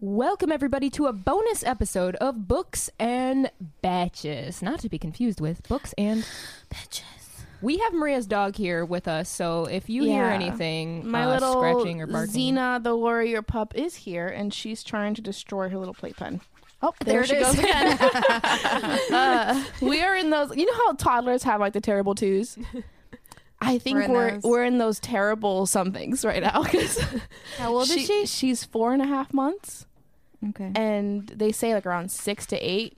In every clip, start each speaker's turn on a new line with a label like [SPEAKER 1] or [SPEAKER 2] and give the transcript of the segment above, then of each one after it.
[SPEAKER 1] Welcome, everybody, to a bonus episode of Books and Batches. Not to be confused with Books and
[SPEAKER 2] Bitches.
[SPEAKER 1] We have Maria's dog here with us, so if you hear
[SPEAKER 2] Yeah.
[SPEAKER 1] anything,
[SPEAKER 2] My
[SPEAKER 1] uh,
[SPEAKER 2] little
[SPEAKER 1] scratching or barking,
[SPEAKER 2] Xena the warrior pup is here, and she's trying to destroy her little playpen. Oh,
[SPEAKER 1] There
[SPEAKER 2] there,
[SPEAKER 1] it
[SPEAKER 2] she
[SPEAKER 1] is.
[SPEAKER 2] goes again. uh, we are in those. You know how toddlers have like the terrible twos. I think
[SPEAKER 3] We're in
[SPEAKER 2] we're we're,
[SPEAKER 3] those.
[SPEAKER 2] in those terrible somethings right now because
[SPEAKER 3] How old is she?
[SPEAKER 2] She's four and a half months,
[SPEAKER 3] Okay.
[SPEAKER 2] and they say like around six to eight,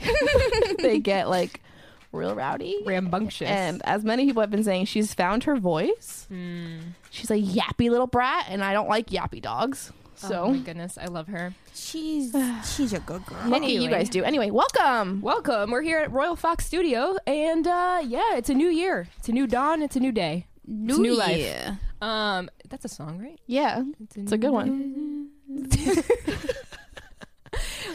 [SPEAKER 2] they get like real rowdy.
[SPEAKER 1] rambunctious.
[SPEAKER 2] And as many people have been saying, she's found her voice. She's a yappy little brat, and I don't like yappy dogs. So
[SPEAKER 1] oh my goodness, I love her.
[SPEAKER 3] She's she's a good girl.
[SPEAKER 2] lucky you
[SPEAKER 1] Anyway.
[SPEAKER 2] guys do. Anyway, welcome.
[SPEAKER 1] Welcome. We're here at Royal Fox Studio, and uh, yeah, it's a new year. It's a new dawn. It's a new day.
[SPEAKER 3] New,
[SPEAKER 1] new life.
[SPEAKER 3] Year.
[SPEAKER 1] Um, that's a song, right?
[SPEAKER 2] Yeah, it's a good one.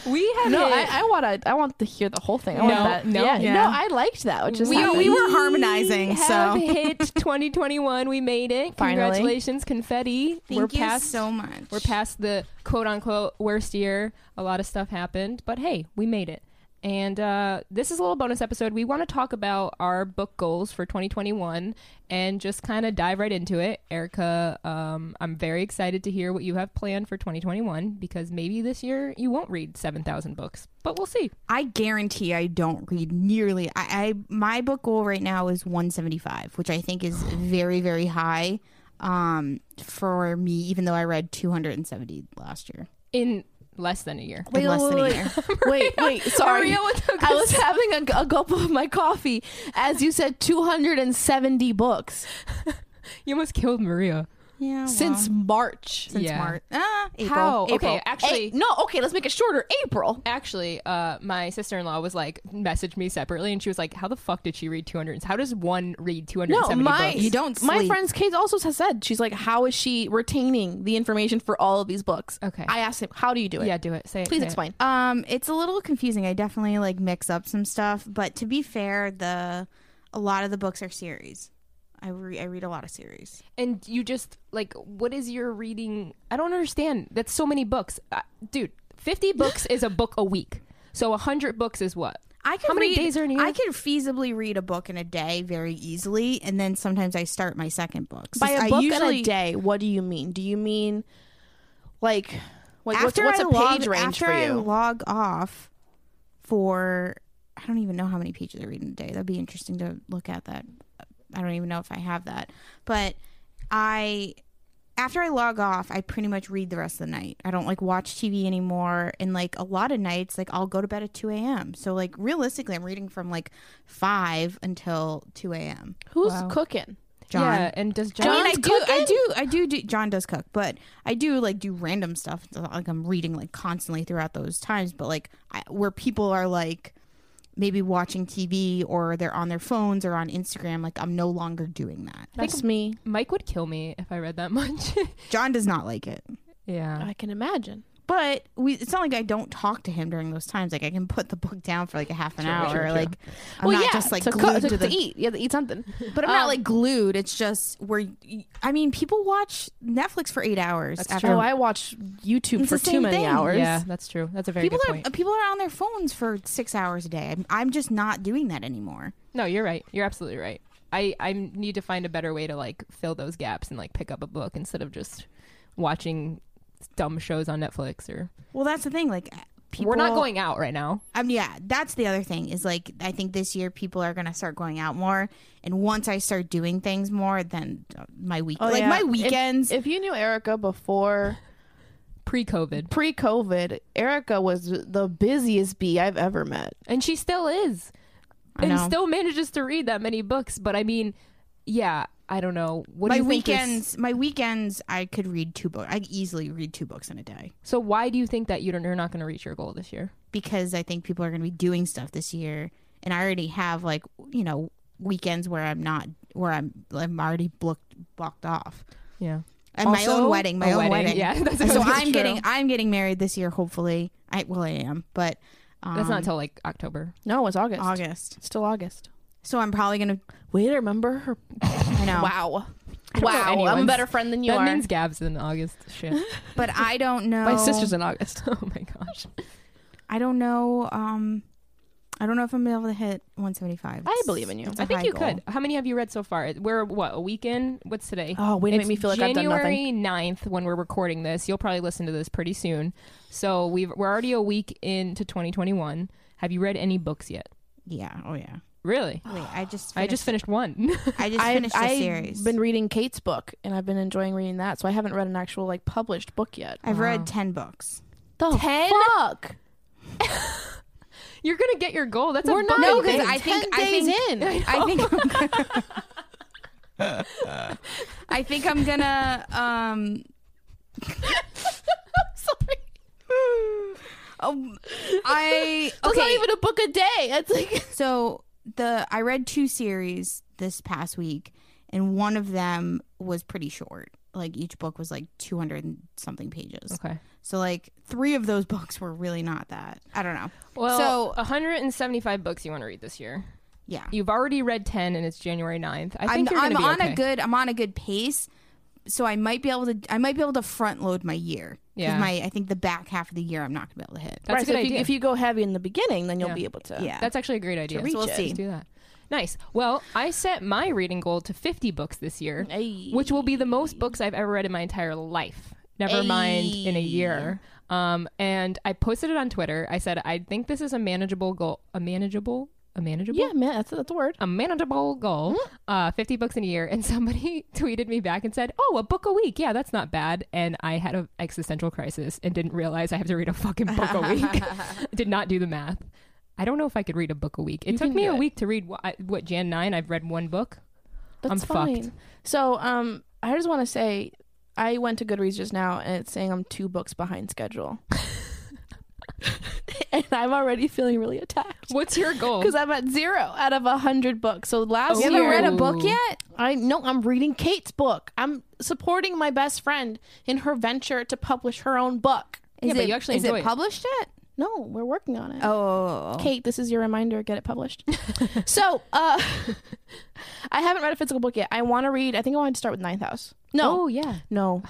[SPEAKER 1] We have
[SPEAKER 2] No,
[SPEAKER 1] hit-
[SPEAKER 2] I, I want to. I want to hear the whole thing. I want
[SPEAKER 1] No,
[SPEAKER 2] that.
[SPEAKER 1] no.
[SPEAKER 2] yeah,
[SPEAKER 3] Yeah.
[SPEAKER 2] no, I liked that. Which is
[SPEAKER 3] We- we were harmonizing,
[SPEAKER 1] have
[SPEAKER 3] so.
[SPEAKER 1] hit 2021. We made it.
[SPEAKER 2] Finally.
[SPEAKER 1] Congratulations, confetti.
[SPEAKER 3] Thank
[SPEAKER 1] we're
[SPEAKER 3] you
[SPEAKER 1] past,
[SPEAKER 3] so much.
[SPEAKER 1] We're past the quote unquote worst year. A lot of stuff happened, but hey, we made it. And uh, this is a little bonus episode. We want to talk about our book goals for 2021 and just kind of dive right into it. Erica, um, I'm very excited to hear what you have planned for 2021 because maybe this year you won't read 7,000 books, but we'll see.
[SPEAKER 3] I guarantee I don't read nearly. I, I my book goal right now is 175, which I think is very very high um for me even though I read 270 last year.
[SPEAKER 1] In less than a year.
[SPEAKER 3] in less than a year.
[SPEAKER 2] wait, wait. Sorry,
[SPEAKER 1] Maria with the
[SPEAKER 2] I was having a, a gulp of my coffee as you said. Two hundred and seventy books
[SPEAKER 1] You almost killed Maria.
[SPEAKER 3] Yeah. well,
[SPEAKER 2] since March.
[SPEAKER 3] since
[SPEAKER 1] Yeah.
[SPEAKER 3] March. Ah, April.
[SPEAKER 1] How?
[SPEAKER 3] April.
[SPEAKER 1] Okay, actually,
[SPEAKER 2] Eh, no, okay. Let's make it shorter. April.
[SPEAKER 1] actually, uh, my sister in law was like messaged me separately, and she was like, "How the fuck did she read 200? How does one read 270 books?"
[SPEAKER 3] You don't
[SPEAKER 2] My
[SPEAKER 3] sleep.
[SPEAKER 2] friend's Kate also has said she's like, how is she retaining the information for all of these books?
[SPEAKER 1] Okay.
[SPEAKER 2] I asked him, how do you do it?
[SPEAKER 1] Yeah, do it. Say it.
[SPEAKER 2] Please
[SPEAKER 1] say it.
[SPEAKER 2] explain.
[SPEAKER 3] Um, it's a little confusing. I definitely like mix up some stuff, but to be fair, the a lot of the books are series. I re- I read a lot of series.
[SPEAKER 1] And you just like, what is your reading? I don't understand. That's so many books, uh, dude. 50 books is a book a week. So 100 books is what?
[SPEAKER 3] I can
[SPEAKER 1] How many
[SPEAKER 3] read-
[SPEAKER 1] days are in a year?
[SPEAKER 3] I can feasibly read a book in a day very easily, and then sometimes I start my second book.
[SPEAKER 2] By
[SPEAKER 3] a
[SPEAKER 2] a book in a day, what do you mean? Do you mean like, like what's,
[SPEAKER 3] after
[SPEAKER 2] what's
[SPEAKER 3] I
[SPEAKER 2] a
[SPEAKER 3] log,
[SPEAKER 2] page range
[SPEAKER 3] after
[SPEAKER 2] for
[SPEAKER 3] I
[SPEAKER 2] you?
[SPEAKER 3] log off for I don't even know how many pages I read in a day. That'd be interesting to look at that. I don't even know if I have that. But I after I log off, I pretty much read the rest of the night. I don't like watch TV anymore. And like a lot of nights, like I'll go to bed at 2 a.m. So like realistically, I'm reading from like 5 until 2 a.m.
[SPEAKER 2] Who's cooking?
[SPEAKER 3] John.
[SPEAKER 1] Yeah. And does John?
[SPEAKER 3] I mean, I
[SPEAKER 2] John's
[SPEAKER 3] do, I do, I do, do. John does cook, but I do like do random stuff. It's not Like I'm reading like constantly throughout those times, but like I, where people are like maybe watching TV or they're on their phones or on Instagram, like I'm no longer doing that.
[SPEAKER 2] That's me.
[SPEAKER 1] Mike would kill me if I read that much.
[SPEAKER 3] John does not like it,
[SPEAKER 1] yeah.
[SPEAKER 2] I can imagine.
[SPEAKER 3] but we. It's not like I don't talk to him during those times. Like I can put the book down for like a half an
[SPEAKER 1] Sure,
[SPEAKER 3] hour.
[SPEAKER 1] sure, sure.
[SPEAKER 3] Like I'm
[SPEAKER 2] well,
[SPEAKER 3] not
[SPEAKER 2] yeah,
[SPEAKER 3] just like
[SPEAKER 2] to, cook-
[SPEAKER 3] glued
[SPEAKER 2] to,
[SPEAKER 3] to the
[SPEAKER 2] to eat. Um, You have to eat something.
[SPEAKER 3] But I'm not like glued. It's just where I mean, people watch Netflix for eight hours after.
[SPEAKER 2] Oh, I watch YouTube
[SPEAKER 3] It's
[SPEAKER 2] for
[SPEAKER 3] the
[SPEAKER 2] too
[SPEAKER 3] same
[SPEAKER 2] many
[SPEAKER 3] thing.
[SPEAKER 2] hours.
[SPEAKER 1] Yeah, that's true. That's a very
[SPEAKER 3] people
[SPEAKER 1] good
[SPEAKER 3] are uh,
[SPEAKER 1] point.
[SPEAKER 3] people are on their phones for six hours a day. I'm, I'm just not doing that anymore.
[SPEAKER 1] No, you're right. You're absolutely right. I, I need to find a better way to like fill those gaps and like pick up a book instead of just watching dumb shows on Netflix or
[SPEAKER 3] Well, that's the thing. Like people,
[SPEAKER 1] we're not going out right now.
[SPEAKER 3] I mean, yeah, that's the other thing is like I think this year people are gonna start going out more, and once I start doing things more, then uh, my week,
[SPEAKER 2] Oh,
[SPEAKER 3] like
[SPEAKER 2] yeah.
[SPEAKER 3] my
[SPEAKER 2] If-
[SPEAKER 3] weekends.
[SPEAKER 2] If you knew Erica before
[SPEAKER 1] Pre-COVID.
[SPEAKER 2] pre-COVID, Erica was the busiest bee I've ever met.
[SPEAKER 1] And she still is.
[SPEAKER 3] I
[SPEAKER 1] and
[SPEAKER 3] know.
[SPEAKER 1] still manages to read that many books, but I mean, yeah, I don't know. What do
[SPEAKER 3] my
[SPEAKER 1] you think this-
[SPEAKER 3] weekends, my weekends, I could read two books. I could easily read two books in a day
[SPEAKER 1] so why do you think that you don't, you're not going to reach your goal this year?
[SPEAKER 3] because I think people are gonna be doing stuff this year, and I already have like you know weekends where I'm not where I'm I'm already blocked blocked off.
[SPEAKER 1] Yeah.
[SPEAKER 3] And my
[SPEAKER 1] Also,
[SPEAKER 3] own wedding, my
[SPEAKER 1] a
[SPEAKER 3] own wedding.
[SPEAKER 1] Yeah, that's
[SPEAKER 3] so
[SPEAKER 1] that's
[SPEAKER 3] I'm
[SPEAKER 1] true.
[SPEAKER 3] getting I'm getting married this year, hopefully. I well I am, but um,
[SPEAKER 1] That's not until like October.
[SPEAKER 2] No, it's August.
[SPEAKER 3] August.
[SPEAKER 2] Still August.
[SPEAKER 3] So I'm probably gonna
[SPEAKER 2] Wait, I remember her.
[SPEAKER 3] I know.
[SPEAKER 2] Wow.
[SPEAKER 1] don't know
[SPEAKER 2] Wow, I'm a
[SPEAKER 1] anyone's.
[SPEAKER 2] better friend than you
[SPEAKER 1] that
[SPEAKER 2] are.
[SPEAKER 1] means Gab's in August. Shit.
[SPEAKER 3] But I don't know.
[SPEAKER 2] My sister's in August.
[SPEAKER 1] oh my gosh.
[SPEAKER 3] I don't know. Um, I don't know if I'm gonna be able to hit 175.
[SPEAKER 2] I believe in you.
[SPEAKER 3] It's a
[SPEAKER 1] I think
[SPEAKER 3] high
[SPEAKER 1] you
[SPEAKER 3] goal.
[SPEAKER 1] could. How many have you read so far? We're what a week in. What's today?
[SPEAKER 2] Oh, way to make me feel like I've done nothing.
[SPEAKER 1] January 9th when we're recording this. You'll probably listen to this pretty soon. So we've we're already a week into 2021. Have you read any books yet?
[SPEAKER 3] Yeah. Oh yeah.
[SPEAKER 1] Really?
[SPEAKER 3] Wait, I just. Finished,
[SPEAKER 1] I just finished one.
[SPEAKER 3] I just finished
[SPEAKER 2] I've
[SPEAKER 3] the series.
[SPEAKER 2] been reading Kate's book, and I've been enjoying reading that. So I haven't read an actual like published book yet.
[SPEAKER 3] I've
[SPEAKER 1] Wow.
[SPEAKER 3] read ten books.
[SPEAKER 2] The
[SPEAKER 1] Ten?
[SPEAKER 2] fuck?
[SPEAKER 1] You're gonna get your goal. That's
[SPEAKER 2] We're
[SPEAKER 1] a
[SPEAKER 2] not-
[SPEAKER 1] no.
[SPEAKER 2] No, 'cause I think- I think-
[SPEAKER 3] I think I think I'm gonna um
[SPEAKER 2] Sorry,
[SPEAKER 3] um, I
[SPEAKER 2] that's not
[SPEAKER 3] okay
[SPEAKER 2] even a book a day. It's like
[SPEAKER 3] so the I read two series this past week and one of them was pretty short. Like each book was like 200 and something pages.
[SPEAKER 1] Okay.
[SPEAKER 3] So like three of those books were really not that. I don't know.
[SPEAKER 1] Well,
[SPEAKER 3] So-
[SPEAKER 1] 175 books you want to read this year.
[SPEAKER 3] Yeah.
[SPEAKER 1] You've already read 10, and it's January 9th. I
[SPEAKER 3] I'm
[SPEAKER 1] think you're
[SPEAKER 3] I'm
[SPEAKER 1] gonna be
[SPEAKER 3] on
[SPEAKER 1] okay.
[SPEAKER 3] a good I'm on a good pace, so I might be able to I might be able to front load my year. 'Cause
[SPEAKER 1] Yeah.
[SPEAKER 3] My I think the back half of the year I'm not gonna be able to hit.
[SPEAKER 1] That's a
[SPEAKER 2] so
[SPEAKER 1] good
[SPEAKER 2] if,
[SPEAKER 1] idea.
[SPEAKER 2] You, if you go heavy in the beginning, then you'll
[SPEAKER 1] Yeah.
[SPEAKER 2] be able to.
[SPEAKER 3] Yeah.
[SPEAKER 1] That's actually a great idea.
[SPEAKER 2] reach
[SPEAKER 1] So we'll
[SPEAKER 2] it.
[SPEAKER 1] see. Let's do that. Nice. Well, I set my reading goal to 50 books this year,
[SPEAKER 2] Ay.
[SPEAKER 1] which will be the most books I've ever read in my entire life. Never mind in a year. Um, and I posted it on Twitter. I said, I think this is a manageable goal. A manageable? A manageable?
[SPEAKER 2] Yeah, man, that's that's a word.
[SPEAKER 1] a manageable goal,
[SPEAKER 2] Mm-hmm.
[SPEAKER 1] uh, 50 books in a year. And somebody tweeted me back and said, Oh, a book a week. Yeah, that's not bad. And I had an existential crisis and didn't realize I have to read a fucking book a week. Did not do the math. I don't know if I could read a book a week. It took
[SPEAKER 2] can
[SPEAKER 1] me
[SPEAKER 2] do
[SPEAKER 1] a
[SPEAKER 2] it.
[SPEAKER 1] week to read what, what Jan 9. I've read one book.
[SPEAKER 2] That's
[SPEAKER 1] I'm
[SPEAKER 2] fine.
[SPEAKER 1] fucked.
[SPEAKER 2] So, um, I just want to say, I went to Goodreads just now, and it's saying I'm two books behind schedule, and I'm already feeling really attacked
[SPEAKER 1] What's your goal?
[SPEAKER 2] because I'm at zero out of a hundred books. So last
[SPEAKER 1] Oh,
[SPEAKER 2] year,
[SPEAKER 1] You haven't read a
[SPEAKER 3] book yet?
[SPEAKER 2] I no, I'm reading Kate's book. I'm supporting my best friend in her venture to publish her own book.
[SPEAKER 3] Is
[SPEAKER 1] but
[SPEAKER 3] it,
[SPEAKER 1] you actually
[SPEAKER 3] is
[SPEAKER 1] enjoy
[SPEAKER 3] it
[SPEAKER 1] it.
[SPEAKER 3] published yet?
[SPEAKER 2] No, we're working on it.
[SPEAKER 3] Oh,
[SPEAKER 2] Kate, this is your reminder. Get it published. so, uh, I haven't read a physical book yet. I want to read. I think I wanted to start with Ninth House. No,
[SPEAKER 1] Oh, yeah.
[SPEAKER 2] no,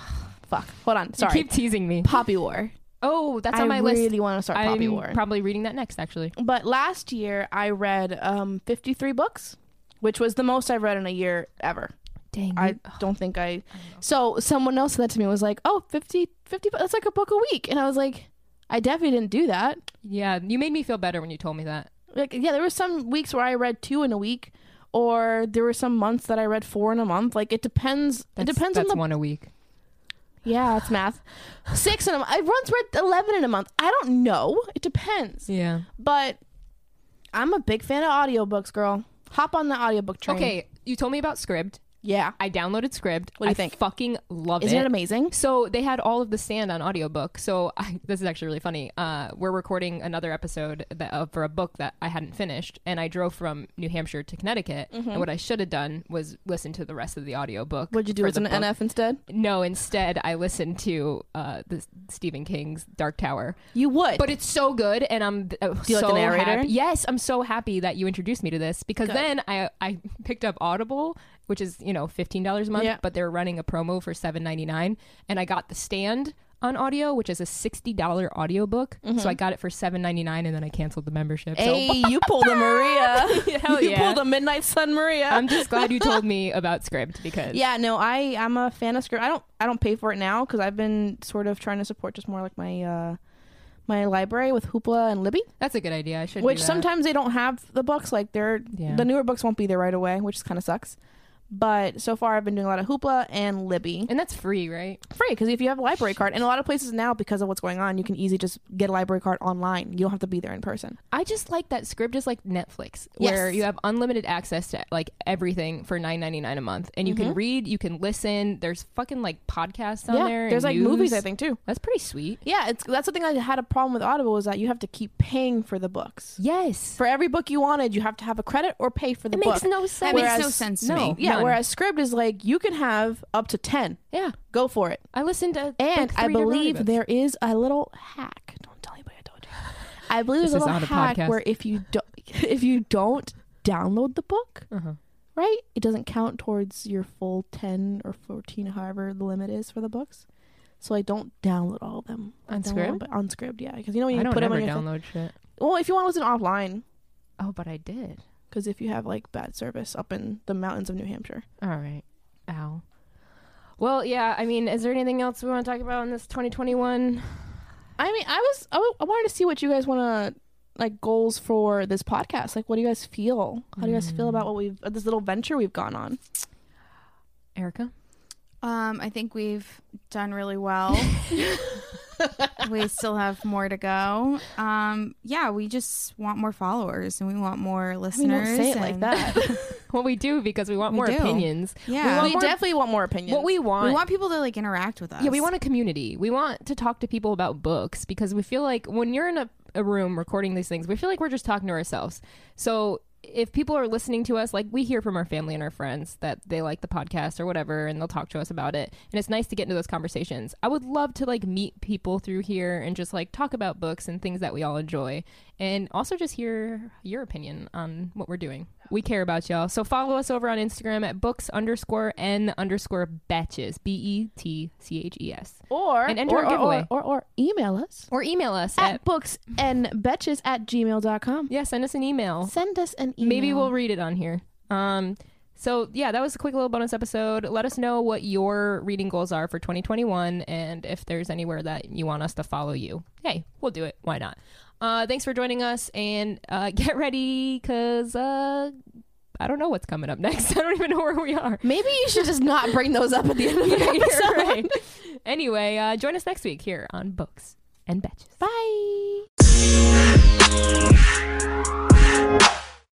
[SPEAKER 2] fuck. Hold on. Sorry.
[SPEAKER 1] You keep teasing me.
[SPEAKER 2] Poppy War.
[SPEAKER 1] Oh, that's on my
[SPEAKER 2] I really
[SPEAKER 1] list.
[SPEAKER 2] want to start Poppy
[SPEAKER 1] I'm
[SPEAKER 2] War.
[SPEAKER 1] probably reading that next, actually.
[SPEAKER 2] but last year I read um 53 books, which was the most I've read in a year ever.
[SPEAKER 1] Dang.
[SPEAKER 2] I don't think I. So someone else said that to me was like, "Oh, 50, 50 bu- That's like a book a week," and I was like, "I definitely didn't do that."
[SPEAKER 1] yeah, you made me feel better when you told me that.
[SPEAKER 2] like yeah there were some weeks where i read two in a week or there were some months that i read four in a month like it depends
[SPEAKER 1] That's,
[SPEAKER 2] it depends
[SPEAKER 1] that's
[SPEAKER 2] on the
[SPEAKER 1] one a week.
[SPEAKER 2] yeah it's math six in a month i once read 11 in a month i don't know it depends
[SPEAKER 1] Yeah.
[SPEAKER 2] but i'm a big fan of audiobooks girl hop on the audiobook train
[SPEAKER 1] Okay, you told me about Scribd.
[SPEAKER 2] yeah
[SPEAKER 1] I downloaded Scribd.
[SPEAKER 2] What do you
[SPEAKER 1] I
[SPEAKER 2] think?
[SPEAKER 1] fucking love
[SPEAKER 2] isn't it amazing
[SPEAKER 1] so they had all of the sand on audiobook. So I, this is actually really funny. Uh, we're recording another episode that, uh, for a book that I hadn't finished, and I drove from New Hampshire to Connecticut.
[SPEAKER 2] Mm-hmm.
[SPEAKER 1] And what I should have done was listen to the rest of the audiobook.
[SPEAKER 2] what'd you do
[SPEAKER 1] for
[SPEAKER 2] with
[SPEAKER 1] the
[SPEAKER 2] an
[SPEAKER 1] book.
[SPEAKER 2] nf instead
[SPEAKER 1] No, instead I listened to uh, the Stephen King's Dark Tower.
[SPEAKER 2] you would
[SPEAKER 1] But it's so good, and I'm uh,
[SPEAKER 2] you like
[SPEAKER 1] so
[SPEAKER 2] the narrator?
[SPEAKER 1] happy. Yes, I'm so happy that you introduced me to this because
[SPEAKER 2] Good.
[SPEAKER 1] then I I picked up Audible, which is you know fifteen dollars a month,
[SPEAKER 2] Yeah.
[SPEAKER 1] but they're running a promo for seven ninety nine, and I got the Stand on audio, which is a sixty dollar audiobook. So I got it for seven ninety nine, and then I canceled the membership.
[SPEAKER 2] Mm-hmm. hey
[SPEAKER 1] So
[SPEAKER 2] you pulled a maria
[SPEAKER 1] Hell
[SPEAKER 2] you
[SPEAKER 1] yeah.
[SPEAKER 2] pulled a midnight sun maria
[SPEAKER 1] I'm just glad you told me about Scribd because
[SPEAKER 2] Yeah, no, I I'm a fan of script. I don't I don't pay for it now because I've been sort of trying to support just more like my uh my library with Hoopla and Libby,
[SPEAKER 1] that's a good idea. I should do
[SPEAKER 2] which
[SPEAKER 1] that.
[SPEAKER 2] sometimes they don't have the books. Like they're
[SPEAKER 1] Yeah.
[SPEAKER 2] the newer books won't be there right away, which kind of sucks. But so far, I've been doing a lot of Hoopla and Libby
[SPEAKER 1] and that's free, right?
[SPEAKER 2] free because if you have a library card, and a lot of places now because of what's going on, you can easily just get a library card online. You don't have to be there in person.
[SPEAKER 1] I just like that Scribd is like Netflix,
[SPEAKER 2] Yes.
[SPEAKER 1] where you have unlimited access to like everything for nine ninety nine a month, and you can read, you can listen. There's fucking like podcasts on
[SPEAKER 2] Mm-hmm. yeah,
[SPEAKER 1] there.
[SPEAKER 2] there's
[SPEAKER 1] and
[SPEAKER 2] like movies
[SPEAKER 1] news.
[SPEAKER 2] I think too.
[SPEAKER 1] that's pretty sweet.
[SPEAKER 2] Yeah, it's that's the thing I had a problem with Audible is that you have to keep paying for the books.
[SPEAKER 1] Yes,
[SPEAKER 2] for every book you wanted, you have to have a credit or pay for the
[SPEAKER 1] it
[SPEAKER 2] book.
[SPEAKER 1] makes no
[SPEAKER 3] that
[SPEAKER 1] sense.
[SPEAKER 2] Whereas-
[SPEAKER 3] makes oh. no sense
[SPEAKER 1] no.
[SPEAKER 3] to me.
[SPEAKER 2] yeah,
[SPEAKER 1] none.
[SPEAKER 2] whereas Scribd is like you can have up to 10.
[SPEAKER 1] yeah,
[SPEAKER 2] Go for it.
[SPEAKER 1] I listened to
[SPEAKER 2] And
[SPEAKER 1] like,
[SPEAKER 2] I
[SPEAKER 1] three different
[SPEAKER 2] believe
[SPEAKER 1] audiobooks.
[SPEAKER 2] there is a little hack. Don't tell anybody I told you. I believe
[SPEAKER 1] This
[SPEAKER 2] there's a
[SPEAKER 1] is
[SPEAKER 2] little
[SPEAKER 1] not a
[SPEAKER 2] hack
[SPEAKER 1] podcast.
[SPEAKER 2] where if you don't if you don't download the book,
[SPEAKER 1] Uh-huh.
[SPEAKER 2] right? It doesn't count towards your full 10 or 14, however the limit is for the books. So I don't download all of them. I
[SPEAKER 1] On
[SPEAKER 2] download
[SPEAKER 1] Scribd?
[SPEAKER 2] them, But on Scribd, yeah. Because you know when you
[SPEAKER 1] I don't
[SPEAKER 2] put them
[SPEAKER 1] ever
[SPEAKER 2] on your phone-
[SPEAKER 1] download shit.
[SPEAKER 2] Well, if you want to listen offline,
[SPEAKER 1] Oh, but I did.
[SPEAKER 2] because if you have like bad service up in the mountains of New Hampshire.
[SPEAKER 1] All right. Ow. Well, yeah. I mean, is there anything else we want to talk about in this 2021?
[SPEAKER 2] I mean, I was, I, w- I wanted to see what you guys want to, like, goals for this podcast. Like, what do you guys feel? How do you guys feel about what we've, uh, this little venture we've gone on?
[SPEAKER 1] Erica?
[SPEAKER 3] Um, I think we've done really well. we still have more to go. Um, yeah, we just want more followers and we want more
[SPEAKER 2] I mean,
[SPEAKER 3] listeners.
[SPEAKER 2] don't say it like
[SPEAKER 3] and-
[SPEAKER 2] that.
[SPEAKER 1] Well, we do because we want
[SPEAKER 3] We
[SPEAKER 1] more
[SPEAKER 3] do.
[SPEAKER 1] opinions.
[SPEAKER 3] Yeah,
[SPEAKER 1] want
[SPEAKER 2] we
[SPEAKER 1] more-
[SPEAKER 2] definitely want more opinions.
[SPEAKER 1] What we want,
[SPEAKER 3] We want people to like interact with us.
[SPEAKER 1] yeah, we want a community. We want to talk to people about books because we feel like when you're in a, a room recording these things, we feel like we're just talking to ourselves. So if people are listening to us, like we hear from our family and our friends that they like the podcast or whatever, and they'll talk to us about it. And it's nice to get into those conversations. I would love to like meet people through here and just like talk about books and things that we all enjoy, and also just hear your opinion on what we're doing. We care about y'all. So follow us over on Instagram at books underscore n underscore batches b e t c h e s
[SPEAKER 2] or
[SPEAKER 1] And enter
[SPEAKER 2] or,
[SPEAKER 1] a
[SPEAKER 2] or-
[SPEAKER 1] giveaway.
[SPEAKER 2] Or, or, or email us
[SPEAKER 1] or email us at,
[SPEAKER 2] at books and betches at gmail.com.
[SPEAKER 1] yeah send us an email
[SPEAKER 2] Send us an email.
[SPEAKER 1] maybe we'll read it on here um so yeah that was a quick little bonus episode let us know what your reading goals are for 2021 and if there's anywhere that you want us to follow you hey we'll do it why not uh thanks for joining us and uh get ready because uh i don't know what's coming up next i don't even know where we are
[SPEAKER 2] Maybe you should just not bring those up at the end of the
[SPEAKER 1] Yeah, you're
[SPEAKER 2] episode.
[SPEAKER 1] right. anyway uh join us next week here on books and batches
[SPEAKER 2] Bye.